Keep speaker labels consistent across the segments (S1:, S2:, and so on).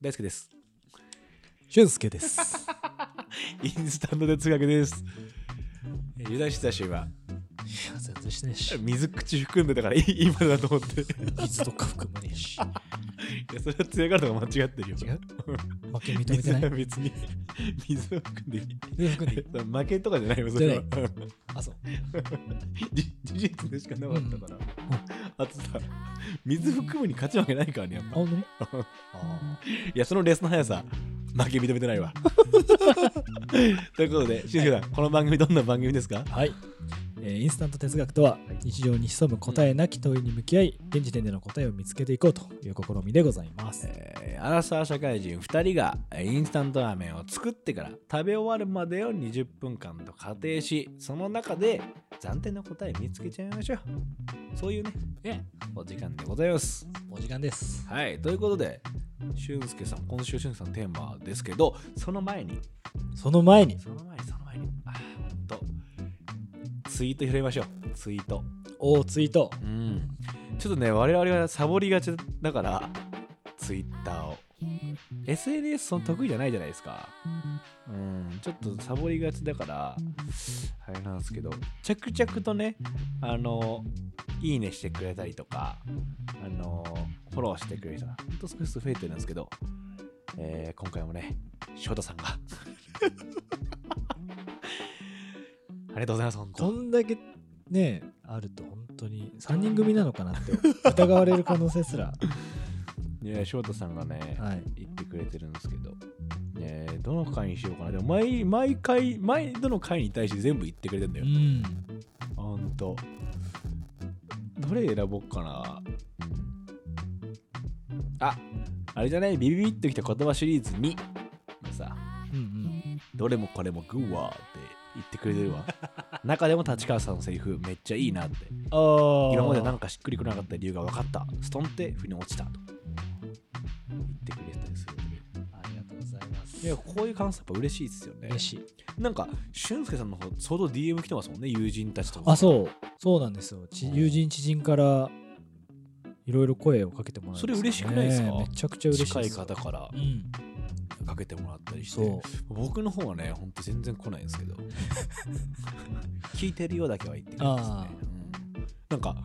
S1: 大輔です。俊介です。 インスタントで通学です。え油断してたし、今。
S2: いや全然してねえし
S1: 水口含んでたから、い 今だと思って。い
S2: 水とか含まね えし
S1: や、それは強がるとか間違ってるよ。
S2: 違う負け認めて
S1: 水
S2: ない
S1: は 別に、水を含んでいい。
S2: 水含んでいい
S1: 負けとかじゃないよ、それは。
S2: あそう
S1: じ事実でしかなかったから。あとさ、水含むに勝ち負けないからね、やっ
S2: あ
S1: ぱ。
S2: 本当にあ
S1: いや、そのレースの速さ、負け認めて ないわ。ということで、しんさん、この番組どんな番組ですか
S2: ーはい、えーインスタント哲学とは日常に潜む答えなき問いに向き合い現時点での答えを見つけていこうという試みでございます
S1: えー、アラサー社会人2人がえーインスタントラーメンを作ってから食べ終わるまでを20分間と仮定しその中で暫定の答え見つけちゃいましょうそういうねお時間でございます
S2: お時間です
S1: はいということで俊介さん今週俊介さんのテーマですけどその前に
S2: その前に
S1: その前にその前にあーほんとツイート拾いましょうツイート
S2: おーツイート
S1: うんちょっとね我々がサボりがちだからツイッターを SNS その得意じゃないじゃないですかうんちょっとサボりがちだからあれなんですけど着々とねあのいいねしてくれたりとかあのフォローしてくれる人がほんと少しずつ増えてるんですけど、えー今回もね翔太さんが ありがとうございます本
S2: こ
S1: 当
S2: んだけねあると本当に3人組なのか なって疑われる可能性すら
S1: いや翔太さんがね、
S2: はい
S1: 言ってくれてるんですけど、えーどの回にしようかなでも毎毎回毎度の回に対して全部言ってくれてんだ
S2: う
S1: よ、
S2: ん
S1: ほんとどれ選ぼうかなああれじゃないビビビッときた言葉シリーズ2のさ
S2: うんうん
S1: どれもこれもグーワーって言ってくれてるわ中でも立川さんのセリフめっちゃいいなって
S2: ああ
S1: 今までなん
S2: か
S1: かしっくりこなかった理由が分かったストンって腑に落ちたと言ってくれたりするんで
S2: ありがとうございます
S1: いやこういう感想やっぱ嬉しいですよね
S2: 嬉しい
S1: なんか、俊介さんの方、相当 DM 来てますもんね、友人たちとか。
S2: あそうそうなんですよち友人知人からいろいろ声をかけてもらって、
S1: それ嬉しくないですか
S2: めちゃくちゃ嬉しい
S1: 近
S2: で
S1: い
S2: す
S1: 方から
S2: うん
S1: かけてもらったりし
S2: そう
S1: て。僕の方はね、ほんと全然来ないんです けど。聞いてるよだけは言ってくれますね
S2: あ。
S1: うんなんか、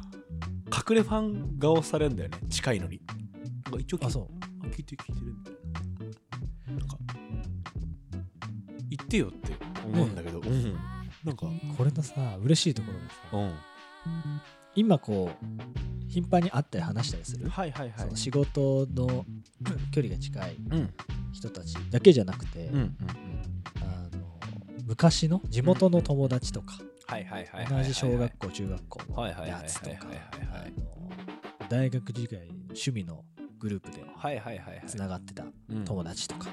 S1: 隠れファン顔されるんだよね、近いのに。なんか一応聞い
S2: あそう
S1: あ聞いてる聞いてるみたいな。なんか、言ってよって思うんだけど、うん。なんか、
S2: これのさ嬉しいところが
S1: う
S2: さ
S1: ん。
S2: 今こう頻繁に会ったり話したりする、
S1: はいはいは
S2: そ
S1: い
S2: の。仕事の距離が近い
S1: うん。
S2: 人たちだけじゃなくて、
S1: うんうんうん。
S2: あの昔の地元の友達とか、
S1: はいはいはいはいはいは
S2: 同
S1: い。
S2: じ小学校中学校の
S1: はいはいはいはいはいはい
S2: やつとか
S1: はいはい
S2: あの大学時代趣味のグループで
S1: はいはいはいはい。
S2: つながってた
S1: うん
S2: 友達とか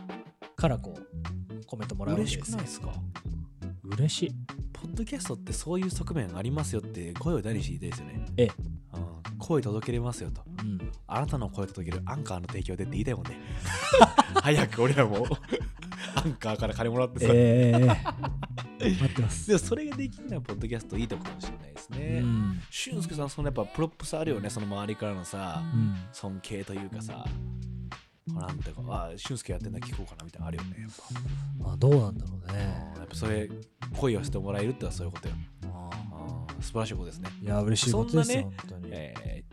S2: からこうコメントもらうわ
S1: 嬉
S2: け
S1: しく
S2: です
S1: ない
S2: よ
S1: ですか
S2: 嬉しい
S1: ポッドキャストってそういう側面ありますよって声を大にして言いたいですよね。
S2: ええ
S1: うん声届けれますよと。
S2: うん、
S1: あなたの声届けるアンカーの提供でって言いたいもんね。 早く俺らもアンカーから金もらってさ。
S2: ええ 待ってます、
S1: でもそれができるのはポッドキャストいいとこかもしれないですね。
S2: うん
S1: 俊介さん、そのやっぱプロップスあるよね、その周りからのさ、
S2: うん、
S1: 尊敬というかさ。なんていうか、あ、俊介やってんだ聞こうかなみたいなのあるよね。やっぱ
S2: まあどうなんだろうね
S1: うんやっぱそれ、恋をしてもらえるってのはそういうことよ。
S2: あ
S1: あー素晴らしいことですね。
S2: ーいや嬉しいことですよ、
S1: そん
S2: 本当に、
S1: えー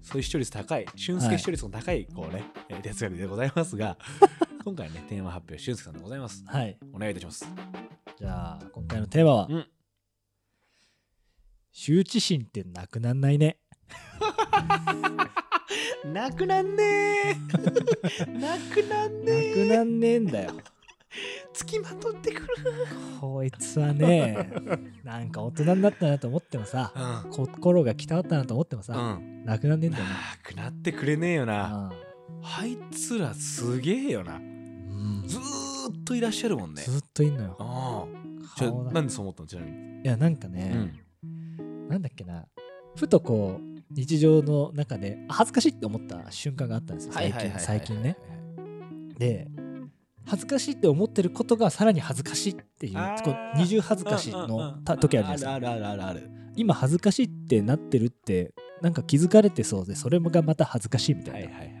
S1: そういう視聴率高い、俊介視聴率の高い、こうね、えー哲学でございますが、 今回ね、テーマ発表、俊介さんでございます。
S2: はい
S1: お願いいたします。
S2: じゃあ今回のテーマは、
S1: うん
S2: 羞恥心ってなくなんないね
S1: なくなんね ーなくなん
S2: なくなんねえんだよ
S1: つきまとってくる。
S2: こいつは ねなんか大人になったなと思ってもさ
S1: うん。うん。
S2: 心が汚ったなと思ってもさ、なくなんねえんだよね
S1: なくなってくれねえよな。
S2: あ
S1: あいつらすげえよな。
S2: ーうん
S1: ずーっといらっしゃるもんね。
S2: ずっといんのよ
S1: ああ。ち
S2: 顔
S1: ょ、
S2: だ
S1: なんでそう思ったのちなみに。
S2: いやなんか
S1: う
S2: ね、
S1: ん。
S2: なんだっけなふとこう日常の中であ恥ずかしいって思った瞬間があったんですよ最近最近ね。で恥ずかしいって思ってることがさらに恥ずかしいっていう
S1: あー
S2: こう二重恥ずかしい
S1: うんうんう
S2: の
S1: ん
S2: た時あるじゃないです
S1: あるあ
S2: か
S1: るあるある
S2: 今恥ずかしいってなってるってなんか気づかれてそうでそれがまた恥ずかしいみ
S1: ある。
S2: た
S1: はいい
S2: な、
S1: はいはい。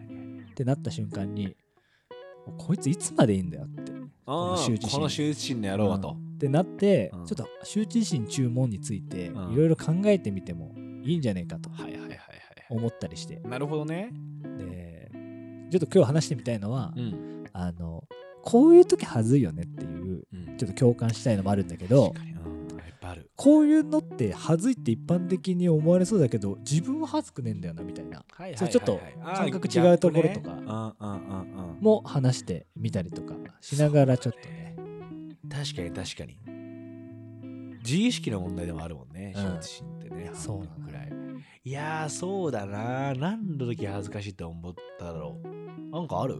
S2: ってなった瞬間にこいついつまでいいんだよって
S1: あ
S2: の
S1: あ
S2: 羞恥心
S1: この羞恥心の野郎はと、
S2: ってなって、
S1: うん
S2: ちょっと羞恥心注文についてい
S1: うん
S2: ろいろ考えてみてもいいんじゃねえかと
S1: はいはいはいはいは
S2: 思ったりして、
S1: いなるほどね
S2: でちょっと今日話してみたいのは、
S1: うん、
S2: あのこういう時はずいよねっていう
S1: うん、
S2: ちょっと共感したいのもあるんだけど
S1: 確かにうんいっぱいある
S2: こういうのってはずいって一般的に思われそうだけど自分は恥ずくねえんだよなみたいな
S1: はい
S2: それちょっと感覚違うところとか
S1: うんうんうんうん
S2: も話してみたりとかしながらちょっとね
S1: 確かに確かに自意識の問題でもあるもんね
S2: うん
S1: 羞恥心ってね、
S2: そうなの
S1: 半分くらいいやーそうだな何の時恥ずかしいって思っただろうなんかある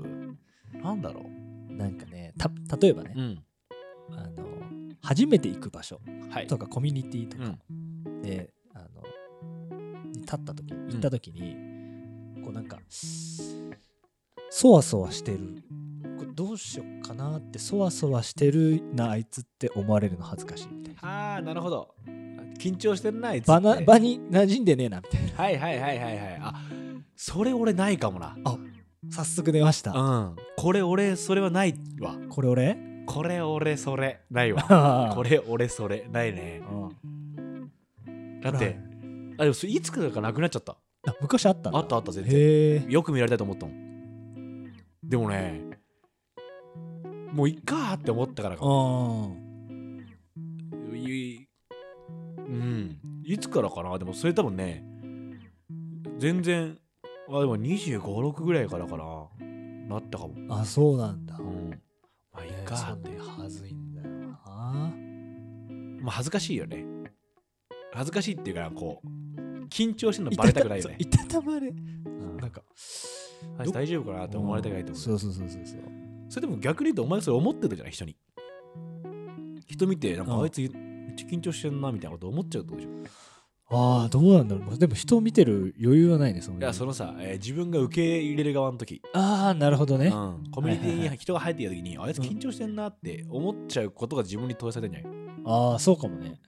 S1: なんだろ
S2: なんかねた例えばね
S1: う、ん
S2: あの初めて行く場所
S1: はい
S2: とかコミュニティと
S1: うん
S2: かで、あのに立った時行った時に、こうなんかそわそわしてるこれどうしようかなってそわそわしてるなあいつって思われるの恥ずかしいみたいな
S1: ああなるほど緊張してんなあいつって
S2: 場な場に馴染んでねえなみたいな
S1: はいはいはいはいはいあそれ俺ないかもな
S2: 早速出ました
S1: うんこれ俺それはないわ
S2: これ俺
S1: これ俺それない わ こ
S2: こ
S1: れ俺それないねだって、
S2: はい
S1: あでもそれいつからかなくなっちゃった
S2: あ昔あったんだ
S1: あったあった全然
S2: へえ
S1: よく見られたいと思ったもんでもねもういっかーって思ったからかも
S2: うん
S1: いうんいつからかなでもそれ多分ね全然あでも2 5 6ぐらいからかななったかも
S2: あそうなんだ
S1: うんまあいっ
S2: え
S1: かー
S2: そ
S1: っ
S2: ん
S1: て
S2: で恥ずいんだよな
S1: まあ恥ずかしいよね恥ずかしいっていうかこう緊張してるのバレたくないよね
S2: いたた そういたたまれ
S1: うん
S2: なんか
S1: あいつ大丈夫かなって思われたくないと思う
S2: そうそうそうそうそう
S1: それでも逆に言うとお前それ思ってるじゃない人に人見てなん
S2: う
S1: か
S2: ん
S1: あいつめっちゃ緊張してんなみたいなこと思っちゃうってことでしょ、い
S2: ああどうなんだろうまあでも人を見てる余裕はないねその
S1: やそのさ、えー自分が受け入れる側の時、
S2: ああなるほど
S1: う
S2: ね
S1: ん、コミュニテ
S2: はい
S1: ィ
S2: はいは
S1: に人が入ってきた時に、あいつ緊張してんなって思っちゃうことが自分に投影されてんじゃない、
S2: ああそうかもね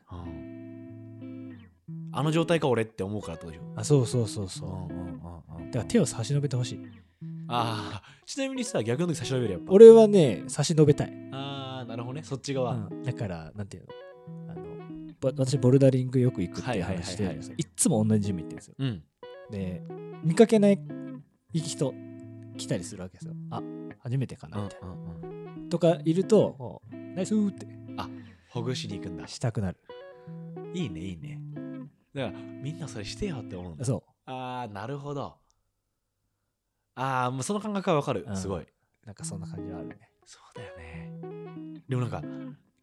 S1: あの状態か俺って思うからってことでし
S2: あそうそうそう
S1: ょ、
S2: そ
S1: うんうんうんうん
S2: うだから手を差し伸べてほしい
S1: あーちなみにさ逆の時差し伸べるやっぱ
S2: 俺はね差し伸べたい
S1: ああなるほどねそっち側、
S2: うんだからなんていうのあのぼ私ボルダリングよく行くっていう話して
S1: はいはいはい
S2: る
S1: はい
S2: いっつも同じジム行ってるんですよ
S1: うん
S2: で見かけない人来たりするわけですよあ初めてかなみたいな、とかいるとこうナイスーって
S1: ほぐしに行くんだ
S2: したくなる
S1: いいねいいねだからみんなそれしてよって思うんだ
S2: そ
S1: ああなるほどああもうその感覚はわかる、
S2: うん
S1: すごいう
S2: なんかそんな感じはあるね
S1: そうだよねでもなんか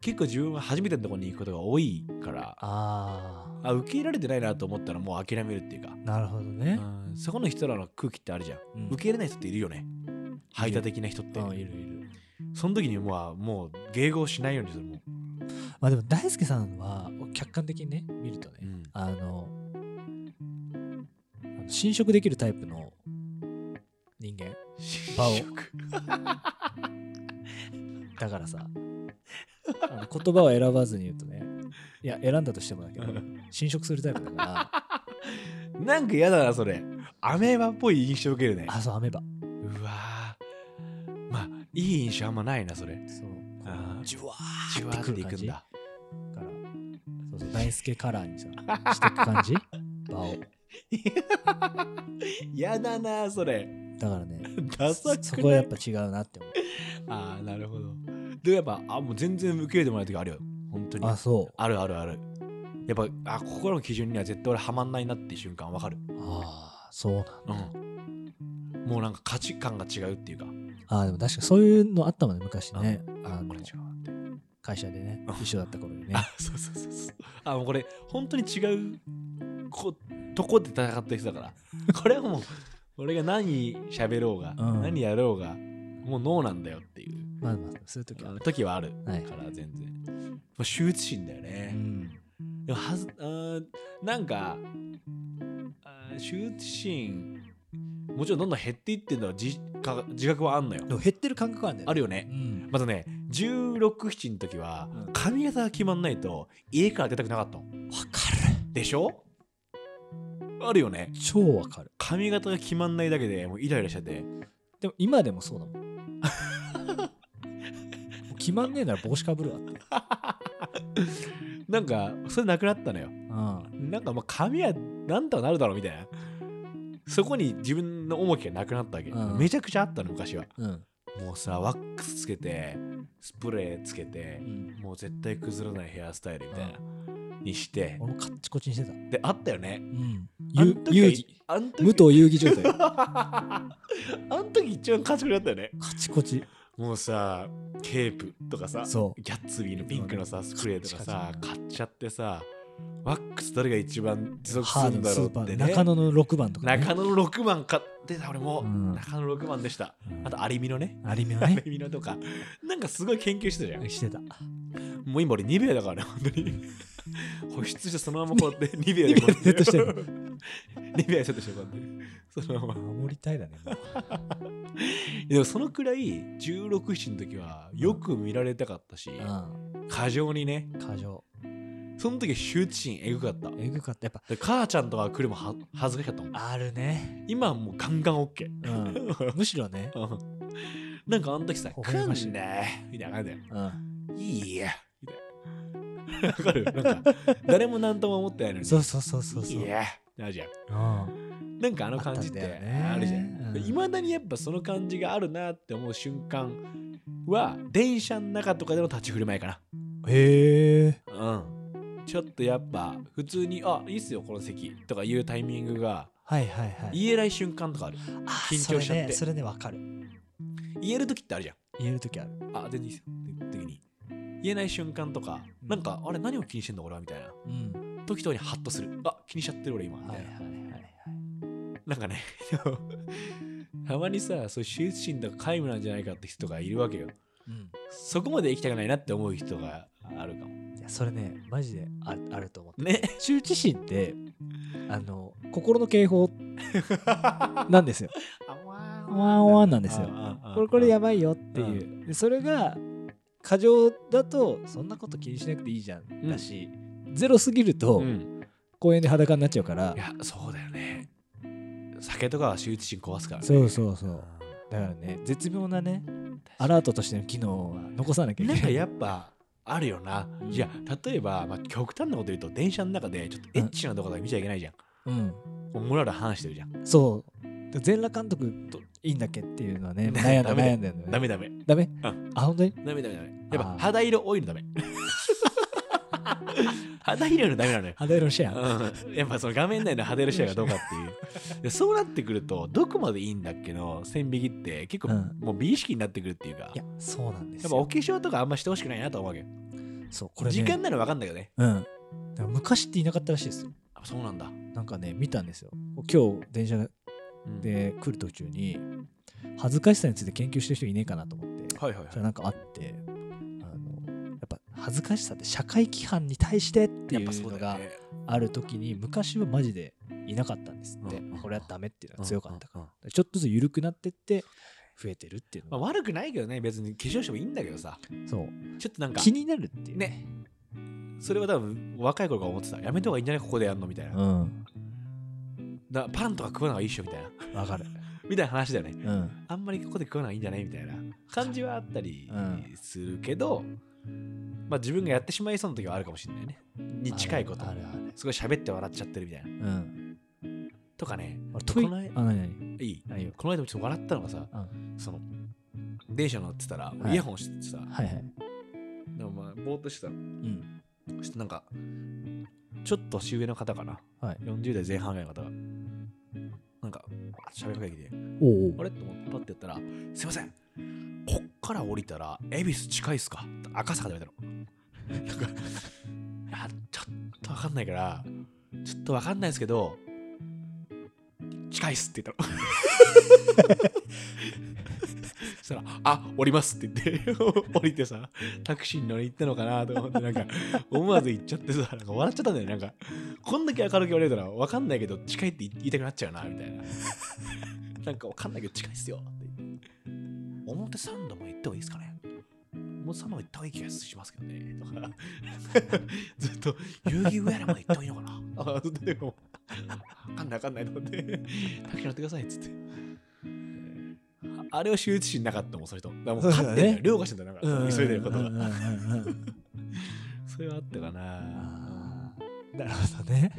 S1: 結構自分は初めてのところに行くことが多いから
S2: あ
S1: あ受け入れられてないなと思ったらもう諦めるっていうか
S2: あなるほどね、
S1: うんそこの人らの空気ってあるじゃん、
S2: うん
S1: 受け入れない人っているよね排他的な人って
S2: うんいるいる
S1: その時にもうもう迎合しないようにするもん、
S2: まあでも大輔さんは客観的にね見るとね、
S1: うん
S2: あのあの侵食できるタイプの人間場を
S1: 侵食
S2: だからさあの言葉を選ばずに言うとねいや選んだとしてもだけど
S1: うん
S2: 侵食するタイプだ か ら
S1: なんか嫌だなそれアメーバっぽい印象受けるね
S2: あそうアメバ
S1: うわーまあいい印象あんまないなそれ
S2: そう
S1: あー
S2: ジュワ
S1: じわ
S2: ー
S1: ー
S2: っ
S1: ってて
S2: く
S1: い
S2: る
S1: く
S2: 感
S1: ん
S2: じだ
S1: だ
S2: からそうそう大輔カラーにさしていく感じ場を
S1: やだなーそれ
S2: だからね
S1: ダサくない
S2: そこはやっぱ違うなって思う
S1: ああなるほどでもやっぱあもう全然受け入れてもらう時あるよ本当に
S2: あ
S1: あ
S2: そう
S1: るあるあるやっぱあここらの基準には絶対俺はまんないなっていう瞬間わかる
S2: ああそうなんだ
S1: うんもうなんか価値観が違うっていうか、
S2: あーでも確かそういうのあったもんね昔ね
S1: あ
S2: あ
S1: こ
S2: の
S1: れ違うって
S2: 会社でね一緒だった頃にね
S1: あそうそうそうそうあもうこれ本当に違うことこで戦ってる人だからこれはもう俺が何喋ろうが、
S2: うん
S1: 何やろうがもうノーなんだよっていう
S2: まあまあそういう時は、
S1: 時はある
S2: はい
S1: から全然、まあ、羞恥心だよ
S2: う
S1: ね、
S2: ん、
S1: でもはずあーなんかあー羞恥心もちろんどんどん減っていってるのは自か自覚はあんのよ
S2: でも減ってる感覚はあるんだよ
S1: あ
S2: ね
S1: るよね
S2: うん、
S1: またね1617の時は
S2: うん
S1: 髪型が決まんないと家から出たくなかったの
S2: わかる
S1: でしょあるよね
S2: 超わかる
S1: 髪型が決まんないだけでもうイライラしちゃって
S2: でも今でもそうだもん決まんねえなら帽子かぶるわって。
S1: なんかそれなくなったのよ
S2: うん。
S1: なんかまあ髪はなんとかなるだろうみたいなそこに自分の重きがなくなったわけ、
S2: うん
S1: めちゃくちゃあったの昔は
S2: うん。
S1: もうさワックスつけてスプレーつけて
S2: うん
S1: もう絶対崩れないヘアスタイルみたいな、にして
S2: 俺もカッチコチにしてた。
S1: であったよね
S2: うん。
S1: あん
S2: ゆ
S1: 時
S2: 遊戯。
S1: あん時
S2: 武藤遊戯状 態。
S1: あん時一番賢くなったよね
S2: カチ コチ。
S1: もうさケープとかさ
S2: そ
S1: ギャッツビーのピンクのさスプレーとかさ
S2: カチカ
S1: 買っちゃってさワックス誰が一番持
S2: う。
S1: 続す
S2: ハー
S1: る
S2: ド
S1: ん
S2: の
S1: だ
S2: ス
S1: ろう
S2: ー
S1: っ
S2: パー
S1: て
S2: で。
S1: ね
S2: 中野の6番とかね。
S1: 中野の6番買ってた俺も、
S2: うん
S1: 中野の6番でした
S2: うん
S1: あとアリミのね
S2: アリメ
S1: ア
S2: はね。
S1: リミのとかなんかすごい研究してたじゃん
S2: してた。
S1: もう今俺ニベアだからね本当に保湿してそのままこうやって ニベアでこうや
S2: ニベアでセットしてる
S1: ニベアでセットしてこうやってそのまま
S2: 守りたいだね。もう
S1: でもそのくらい1617の時はよく見られたかったし、
S2: うん。
S1: 過剰にね
S2: 過剰。
S1: その時羞恥心エグかった
S2: えぐかった。やっぱ、
S1: で母ちゃんとか来るもは恥ずかしかったもん
S2: あるね。
S1: 今はもうガンガン OK
S2: うん。 むしろね。
S1: うんなんかあの時さ「
S2: 微笑ましい
S1: 来んね」みたいな感じだよ
S2: う
S1: 「
S2: ん。
S1: いいや」みたいなわかるなんか誰も何とも思ってないのに
S2: そうそうそうそうそう。
S1: いや」ってなるじゃん
S2: うん。
S1: なんかあの感じって
S2: あったんだよね
S1: あるじゃん
S2: うん
S1: いま、未だにやっぱその感じがあるなって思う瞬間は電車の中とかでの立ち振る舞いかな
S2: へえ。
S1: うん、ちょっとやっぱ普通に「あいいっすよこの席」とかいうタイミングが
S2: はいはいはい。
S1: 言えない瞬間とかある
S2: あー
S1: 緊張しちゃって
S2: それねそれね、わかる。
S1: 言える時ってあるじゃ
S2: 言えるときある。
S1: ん「あ全然いいっすよ」って時に言えない瞬間とか
S2: うん
S1: なんか「あれ何を気にしてんだ俺は」みたいな
S2: うん。
S1: 時とかにハッとする「あ気にしちゃってる俺今」み
S2: は
S1: た
S2: い
S1: い
S2: はい
S1: な、
S2: はいはい。
S1: なんかね たまにさそういう羞恥心とか皆無なんじゃないかって人がいるわけよ
S2: う
S1: そこまで行きたくないなって思う人があるかも
S2: ん。いや、それね、マジでああると思って。
S1: ね
S2: 羞恥心って、あの、心の警報なんですよ。
S1: あわー
S2: ワンワンなんですよ。
S1: あああ
S2: これこれやばいよっていう。でそれが、過剰だと、そんなこと気にしなくていいじゃん。だし、ゼロすぎると
S1: う、ん、
S2: 公園で裸になっちゃうから
S1: い、やそうだよね酒とかは羞恥心壊すからね
S2: そうそうそう。だからね、絶妙なね、アラートとしての機能は残さなきゃいけ
S1: な
S2: なんい。
S1: かやっぱあるよな。
S2: うん
S1: じゃあ例えば、まあ、極端なこと言うと電車の中でちょっとエッチなとこだけ見ちゃいけないじゃん。
S2: うん。
S1: もうモラル話してるじゃん。
S2: そう。で全裸監督といいんだっけっていうのはね、悩んだ
S1: ダメだ
S2: 悩んだよね。
S1: ダメダメ。
S2: ダメ
S1: うん
S2: あ、本当に
S1: ダメダメダメ。やっぱ
S2: あー
S1: 肌色多いの ダメ。肌色のダメなのよ。
S2: 肌色シェア。
S1: うん、やっぱその画面内の肌色シェアがどうかって いうでそうなってくるとどこまでいいんだっけの線引きって結構
S2: うん
S1: もう美意識になってくるっていうか、
S2: いや、そうなんです
S1: やっぱお
S2: よ。
S1: 化粧とかあんましてほしくないなと思うわけよ、
S2: そう、これね。
S1: 時間なら分かんだけどね
S2: うん。だから昔っていなかったらしいですよ。
S1: あそうなんだ、
S2: なんかね、見たんですよ。今日、電車
S1: うん
S2: で来る途中に、恥ずかしさについて研究してる人いねえかなと思って、
S1: はいはいはい
S2: それなんかあって、あの、やっぱ恥ずかしさって社会規範に対してって
S1: や
S2: い
S1: っぱ
S2: う
S1: そう
S2: の
S1: だよ
S2: が
S1: ね
S2: ある時に昔はマジでいなかったんですって、
S1: うんうん
S2: これはダメっていうのが強かったから、
S1: うんうんうん
S2: ちょっとずつ緩くなってって増えてるっていう
S1: ま
S2: の
S1: あ、
S2: が、
S1: 悪くないけどね別に化粧してもいいんだけどさ
S2: そう
S1: ちょっとなんか
S2: 気になるっていう
S1: ねそれは多分若い頃から思ってたやめた方がいいんじゃないここでやんのみたいな、
S2: うん
S1: なパンとか食わない方がいいっしょみたいな
S2: わかる
S1: みたいな話だよね
S2: うん
S1: あんまりここで食わない方がいいんじゃないみたいな感じはあったり
S2: うん
S1: するけど、まあ自分がやってしまいそうな時はあるかもしれないねに近いこと
S2: あるある
S1: すごい喋って笑っちゃってるみたいな
S2: うん
S1: とかね
S2: 俺トイ
S1: この間
S2: あ何何
S1: いい
S2: 何よ
S1: この間もちょっと笑ったのがさ、
S2: う
S1: その電車乗ってたら
S2: はい
S1: イヤホンしててさ、
S2: はいはい
S1: でもまあぼーっとしてたの
S2: うん
S1: そしてなんか、ちょっと年上の方かな。
S2: はい
S1: 40代前半ぐらいの方が。なんか、あ喋りかけてきて、
S2: おう
S1: あ
S2: おう
S1: れと思ってパッてやったら、すいません。こっから降りたら、恵比寿近いっすかって赤坂で言われたの。なんか、いや、ちょっとわかんないから、ちょっとわかんないですけど、近いっすって言ったの。そしたら「あ降ります」って言って降りてさタクシーに乗り行ったのかなと思ってなんか思わず行っちゃってさなんか笑っちゃったんだよねなんかこんだけ明るく言われたら分かんないけど近いって言いたくなっちゃうなみた いななんか分かんないけど近いっすよって表参道も行った方がいいですかね表参道も行った方がいい気がしますけどねとか ずっと遊戯ウェアも行った方がいいのかなあずっとでも分かんない分かんないと思ってタクシー乗ってくださいっつってああれを羞恥心なかったもんその人だからもう
S2: そうだね
S1: 勝ってんだよ凌駕してんだよだから、急いでることが、
S2: うんうん うんうん
S1: それはあったかな
S2: あーなるほどね。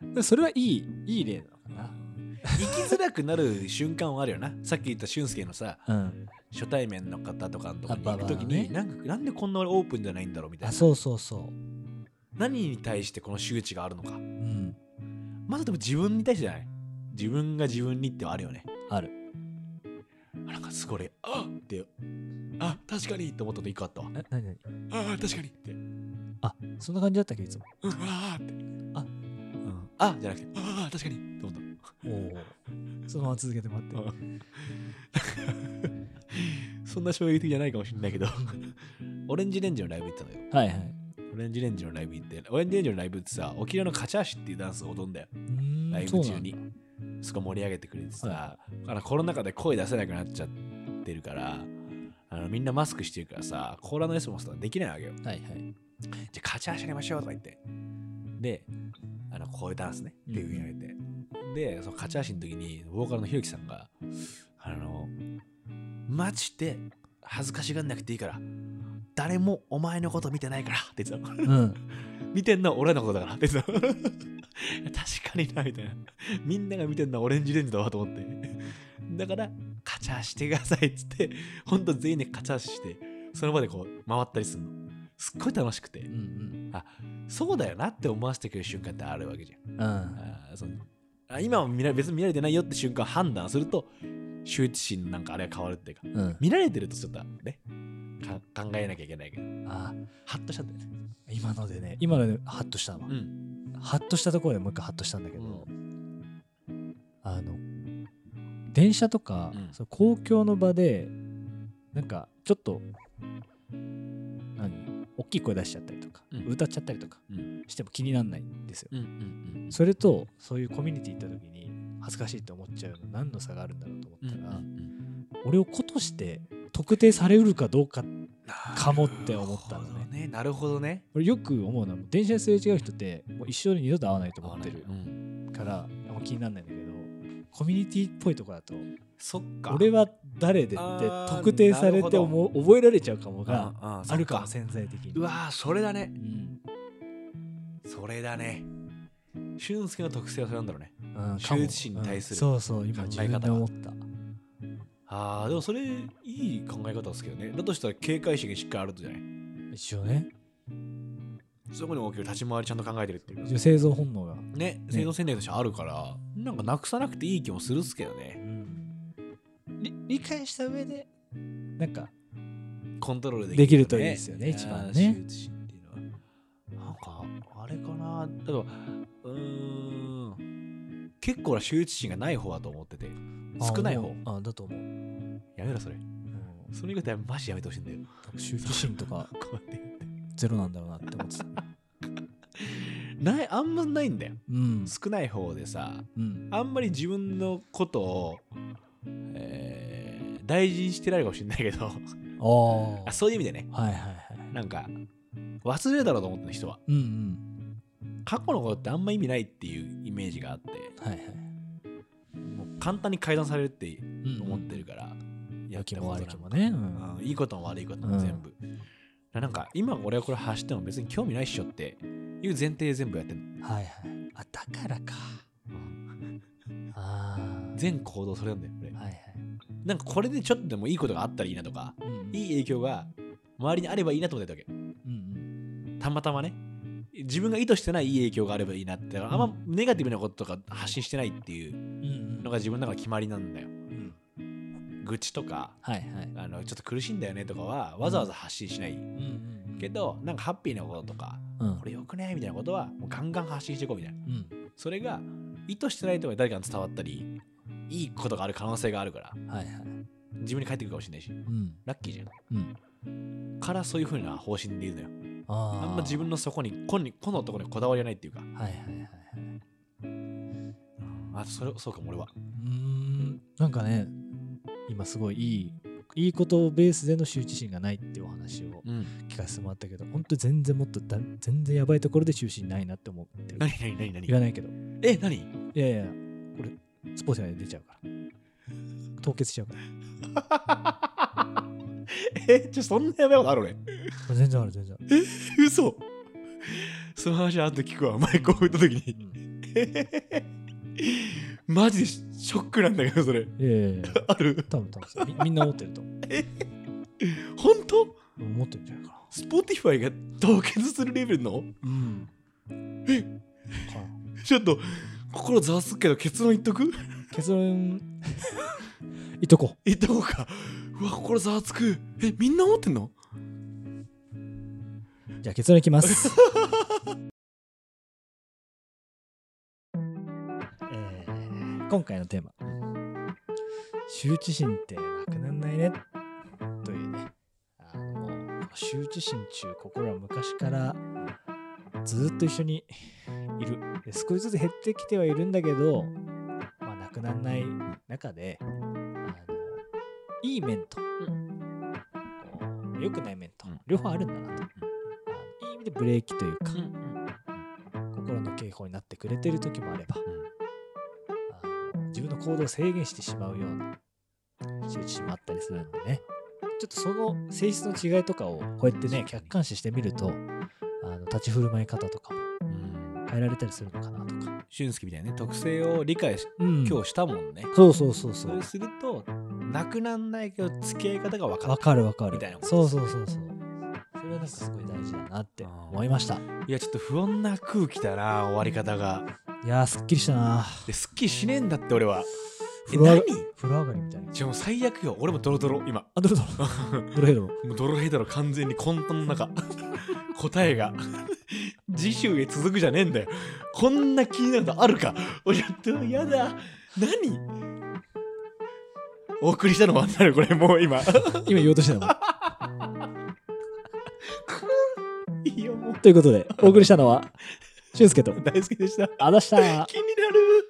S2: でもそれはいい、いい例なのか
S1: 生きづらくなる瞬間はあるよなさっき言った俊介のさ
S2: な。うん。
S1: 初対面の方とかのとこに
S2: あ
S1: 行く時に、
S2: ババ
S1: なんかなんでこんな俺オープンじゃないんだろうみたい
S2: あ、
S1: な
S2: そうそうそ
S1: 何に対してこの周知があるのか
S2: う。うん。
S1: まずでも自分に対してじゃない自分が自分にってはあるよね
S2: ある。
S1: あなんかすごい俺あっってあ確かにって思ったの一個あったわ
S2: え、なになに
S1: あ確かにってうん
S2: あ、そんな感じだったっけ、いつも。
S1: あーって
S2: あ
S1: うんあじゃなくてあ確かにって思った
S2: おお。そのまま続けてもらって。
S1: うんそんな衝撃的じゃないかもしれないけど オレンジレンジのライブ行ったのよ
S2: はいはい。
S1: オレンジレンジのライブ行ってオレンジレンジのライブってさ沖縄のカチャーシっていうダンスを踊んだよ
S2: うーん
S1: ライブ
S2: そう
S1: 中
S2: なん
S1: に
S2: だ
S1: そこ盛り上げてくれてさ、
S2: は
S1: あのコロナ禍で声出せなくなっちゃってるからあのみんなマスクしてるからさコーラのレスポンスとかできないわけよ
S2: はいはい。
S1: じゃあカチャーシやりましょうとか言ってであのこういうダンスねっていうふうにやれて、でそのカチャーシの時にボーカルのひろきさんがあのマジで恥ずかしがんなくていいから誰もお前のこと見てないからって言ってたの
S2: うん。
S1: 見てんのは俺のことだからって言ってた 確かになみたいなみんなが見てんのはオレンジレンジだわと思ってだからカチャーしてくださいっつってほんと全員でカチャーしてその場でこう回ったりするのすっごい楽しくて
S2: うんうん。
S1: そうだよなって思わせてくれる瞬間ってあるわけじゃ
S2: うん
S1: ん。あーそのあ今は見ら別に見られてないよって瞬間を判断すると羞恥心なんかあれは変わるっていうか
S2: うん。
S1: 見られてるとちょっとねか考えなきゃいけないけど
S2: あ
S1: ハッとしちゃったよね
S2: ー、今のでね、今のでハッとしたわ。
S1: うん
S2: ハッとしたところでもう一回ハッとしたんだけど、あの電車とか、
S1: うん
S2: その公共の場でなんかちょっと何大きい声出しちゃったりとか、
S1: うん
S2: 歌っちゃったりとか
S1: うん
S2: しても気にならないんですよ、
S1: うんうん
S2: それとそういうコミュニティ行った時に恥ずかしいって思っちゃうの何の差があるんだろうと思
S1: うんう
S2: っ
S1: ん
S2: たら、
S1: うんうん
S2: 俺を子として特定されうるかどうかかもって思ったのね
S1: なるほどね。
S2: 俺よく思うのは電車ですれ違う人ってもう一生に二度と会わないと
S1: なる
S2: 思
S1: ほ
S2: っ
S1: どね。
S2: てる
S1: うん
S2: からあんま気にならないんだけどコミュニティっぽいとこだと
S1: そっか。
S2: 俺は誰でって
S1: あー
S2: 特定されて思う覚えられちゃうかもが
S1: が
S2: あるかも潜在的に
S1: うわー、それだね
S2: う。ん
S1: それだね。俊介の特性はそれなんだろうね。
S2: うん
S1: 羞恥心に対する
S2: うんそうそう今
S1: 考え方
S2: 自
S1: が
S2: 分で思った
S1: ああ、でもそれいい考え方ですけどね。だとしたら警戒心がしっかりあるとじゃない。
S2: 一応ね
S1: そこに大きく立ち回りちゃんと考えてるっていう
S2: 一
S1: か
S2: 応生存本能が
S1: ね、制度戦略としてあるから、なんかなくさなくていい気もするっすけど
S2: う
S1: ね。
S2: んり理解した上でなんか
S1: コントロールでき
S2: できるといいですよね
S1: いやー
S2: 一番ね
S1: 羞恥心っていうのはなんかあれかな例えばうーん結構な羞恥心がない方だと思ってて少ない
S2: あ
S1: 方
S2: もうあだと思う
S1: やめろそれ
S2: うん
S1: その言い方はマジやめてほしいんだよ
S2: 多分羞恥心とか
S1: こうやって言って
S2: ゼロなんだろうなって思ってた
S1: ないあんまないんだよ
S2: うん
S1: 少ない方でさ
S2: うん
S1: あんまり自分のことを、えー大事にしてないかもしれないけ ど
S2: あー
S1: あそういう意味でね
S2: はいはいはい
S1: なんか忘れるだろうと思ってる人は
S2: うんうん
S1: 過去のことってあんま意味ないっていうイメージがあって
S2: はいはい
S1: もう簡単に改ざんされるって
S2: うん
S1: 思ってるから、や
S2: 良
S1: った
S2: き
S1: こと
S2: も
S1: なん
S2: 悪
S1: か
S2: きもねう
S1: うん
S2: ん
S1: いいことも悪いことも全部、なんか今俺はこれ発しても別に興味ないっしょっていう前提で全部やってる
S2: はいはいあだからかああ。
S1: 全行動それなんだよ俺
S2: はいはい。
S1: なんかこれでちょっとでもいいことがあったらいいなとか
S2: うん
S1: いい影響が周りにあればいいなと思ってたわけ
S2: うん
S1: たまたまね自分が意図してないいい影響があればいいなってあんまネガティブなこととか発信してないっていう
S2: うん。うんうん
S1: のが自分の中の決まりなんだよ
S2: うん
S1: 愚痴とか
S2: はいはい。
S1: あのちょっと苦しいんだよねとかはわざわざ発信しない
S2: うんうん
S1: けどなんかハッピーなこととか
S2: うん
S1: これよくねみたいなことはもうガンガン発信していこうみたいな
S2: うん
S1: それが意図してないとかに誰かに伝わったりいいことがある可能性があるから
S2: はいはい。
S1: 自分に返ってくるかもしれないし
S2: うん
S1: ラッキーじゃ
S2: うん。
S1: んからそういう風な方針でいるのよ
S2: あ
S1: あ
S2: あ
S1: んま自分のそこにこにこのところにこだわりはないっていうか
S2: はいはいはいはい。
S1: あそれそうかも俺は
S2: うーん。なんかね、今すごいいい。いいことをベースでの羞恥心がないっていうお話を
S1: うん
S2: 聞かせてもらったけど、本当全然もっとだ全然やばいところで中心ないなって思ってる。
S1: 何何何
S2: 言わ
S1: 何
S2: ないけど。
S1: え何
S2: いやいや、これ、スポーツで出ちゃうから。凍結しちゃうから
S1: えちょそんなやばいことある俺
S2: あ全然ある全然ある
S1: 嘘 その話後で聞くわ前こう言った時に マジでショックなんだけどそれ
S2: いやいやいや
S1: ある
S2: 多分多分そうみみ んな思ってると思
S1: 本当
S2: う思ってるんじゃないか
S1: Spotify が凍結するレベルの
S2: なうん
S1: ちょっと心ざわつくけど結論言っとく
S2: 結論 言っとこ
S1: 言っとこうかうわ心ざわつくえみんな思ってんの
S2: うじゃあ結論いきますえー今回のテーマ羞恥心ってなくなんないねというねあのもうこの羞恥心中心は昔からずーっと一緒にいるで少しずつ減ってきてはいるんだけど、まあ、なくならない中であのいい面と、こう良くない面と、
S1: うん
S2: 両方あるんだなと、あのいい意味でブレーキというか、
S1: ん
S2: 心の警報になってくれてる時もあれば、あの自分の行動を制限してしまうような仕打ちもあったりするんでねちょっとその性質の違いとかをこうやってね客観視してみるとあの立ち振る舞い方とかも
S1: うん
S2: 変えられたりするのかなとか、
S1: 俊介みたいなね特性を理解し
S2: うん
S1: 今日したもんね、
S2: そうそうそうそ
S1: そううするとなくなんないけど付き合い方が分か
S2: わ
S1: る
S2: かるわかる
S1: みたいなこと
S2: そうそうそうそうそれはなんかすごい大事だなって思いました
S1: いやちょっと不穏な空気だな終わり方が
S2: いやーすっきりしたな
S1: ですっきりしねえんだって俺はえ
S2: 風呂
S1: 何
S2: 上風呂上がりみたいな
S1: じゃあもう最悪よ俺もドロドロ今
S2: あどれどれどれどれ
S1: もうドロヘドロ完全に混沌の中答えが次週へ続くじゃねえんだよこんな気になるのあるかおやってやだ何お送りしたのはなるこれもう今
S2: 今言おうとしてたもん
S1: いいよもう
S2: ということでお送りしたのは俊 介と
S1: 大好きでした
S2: あだした
S1: 気になる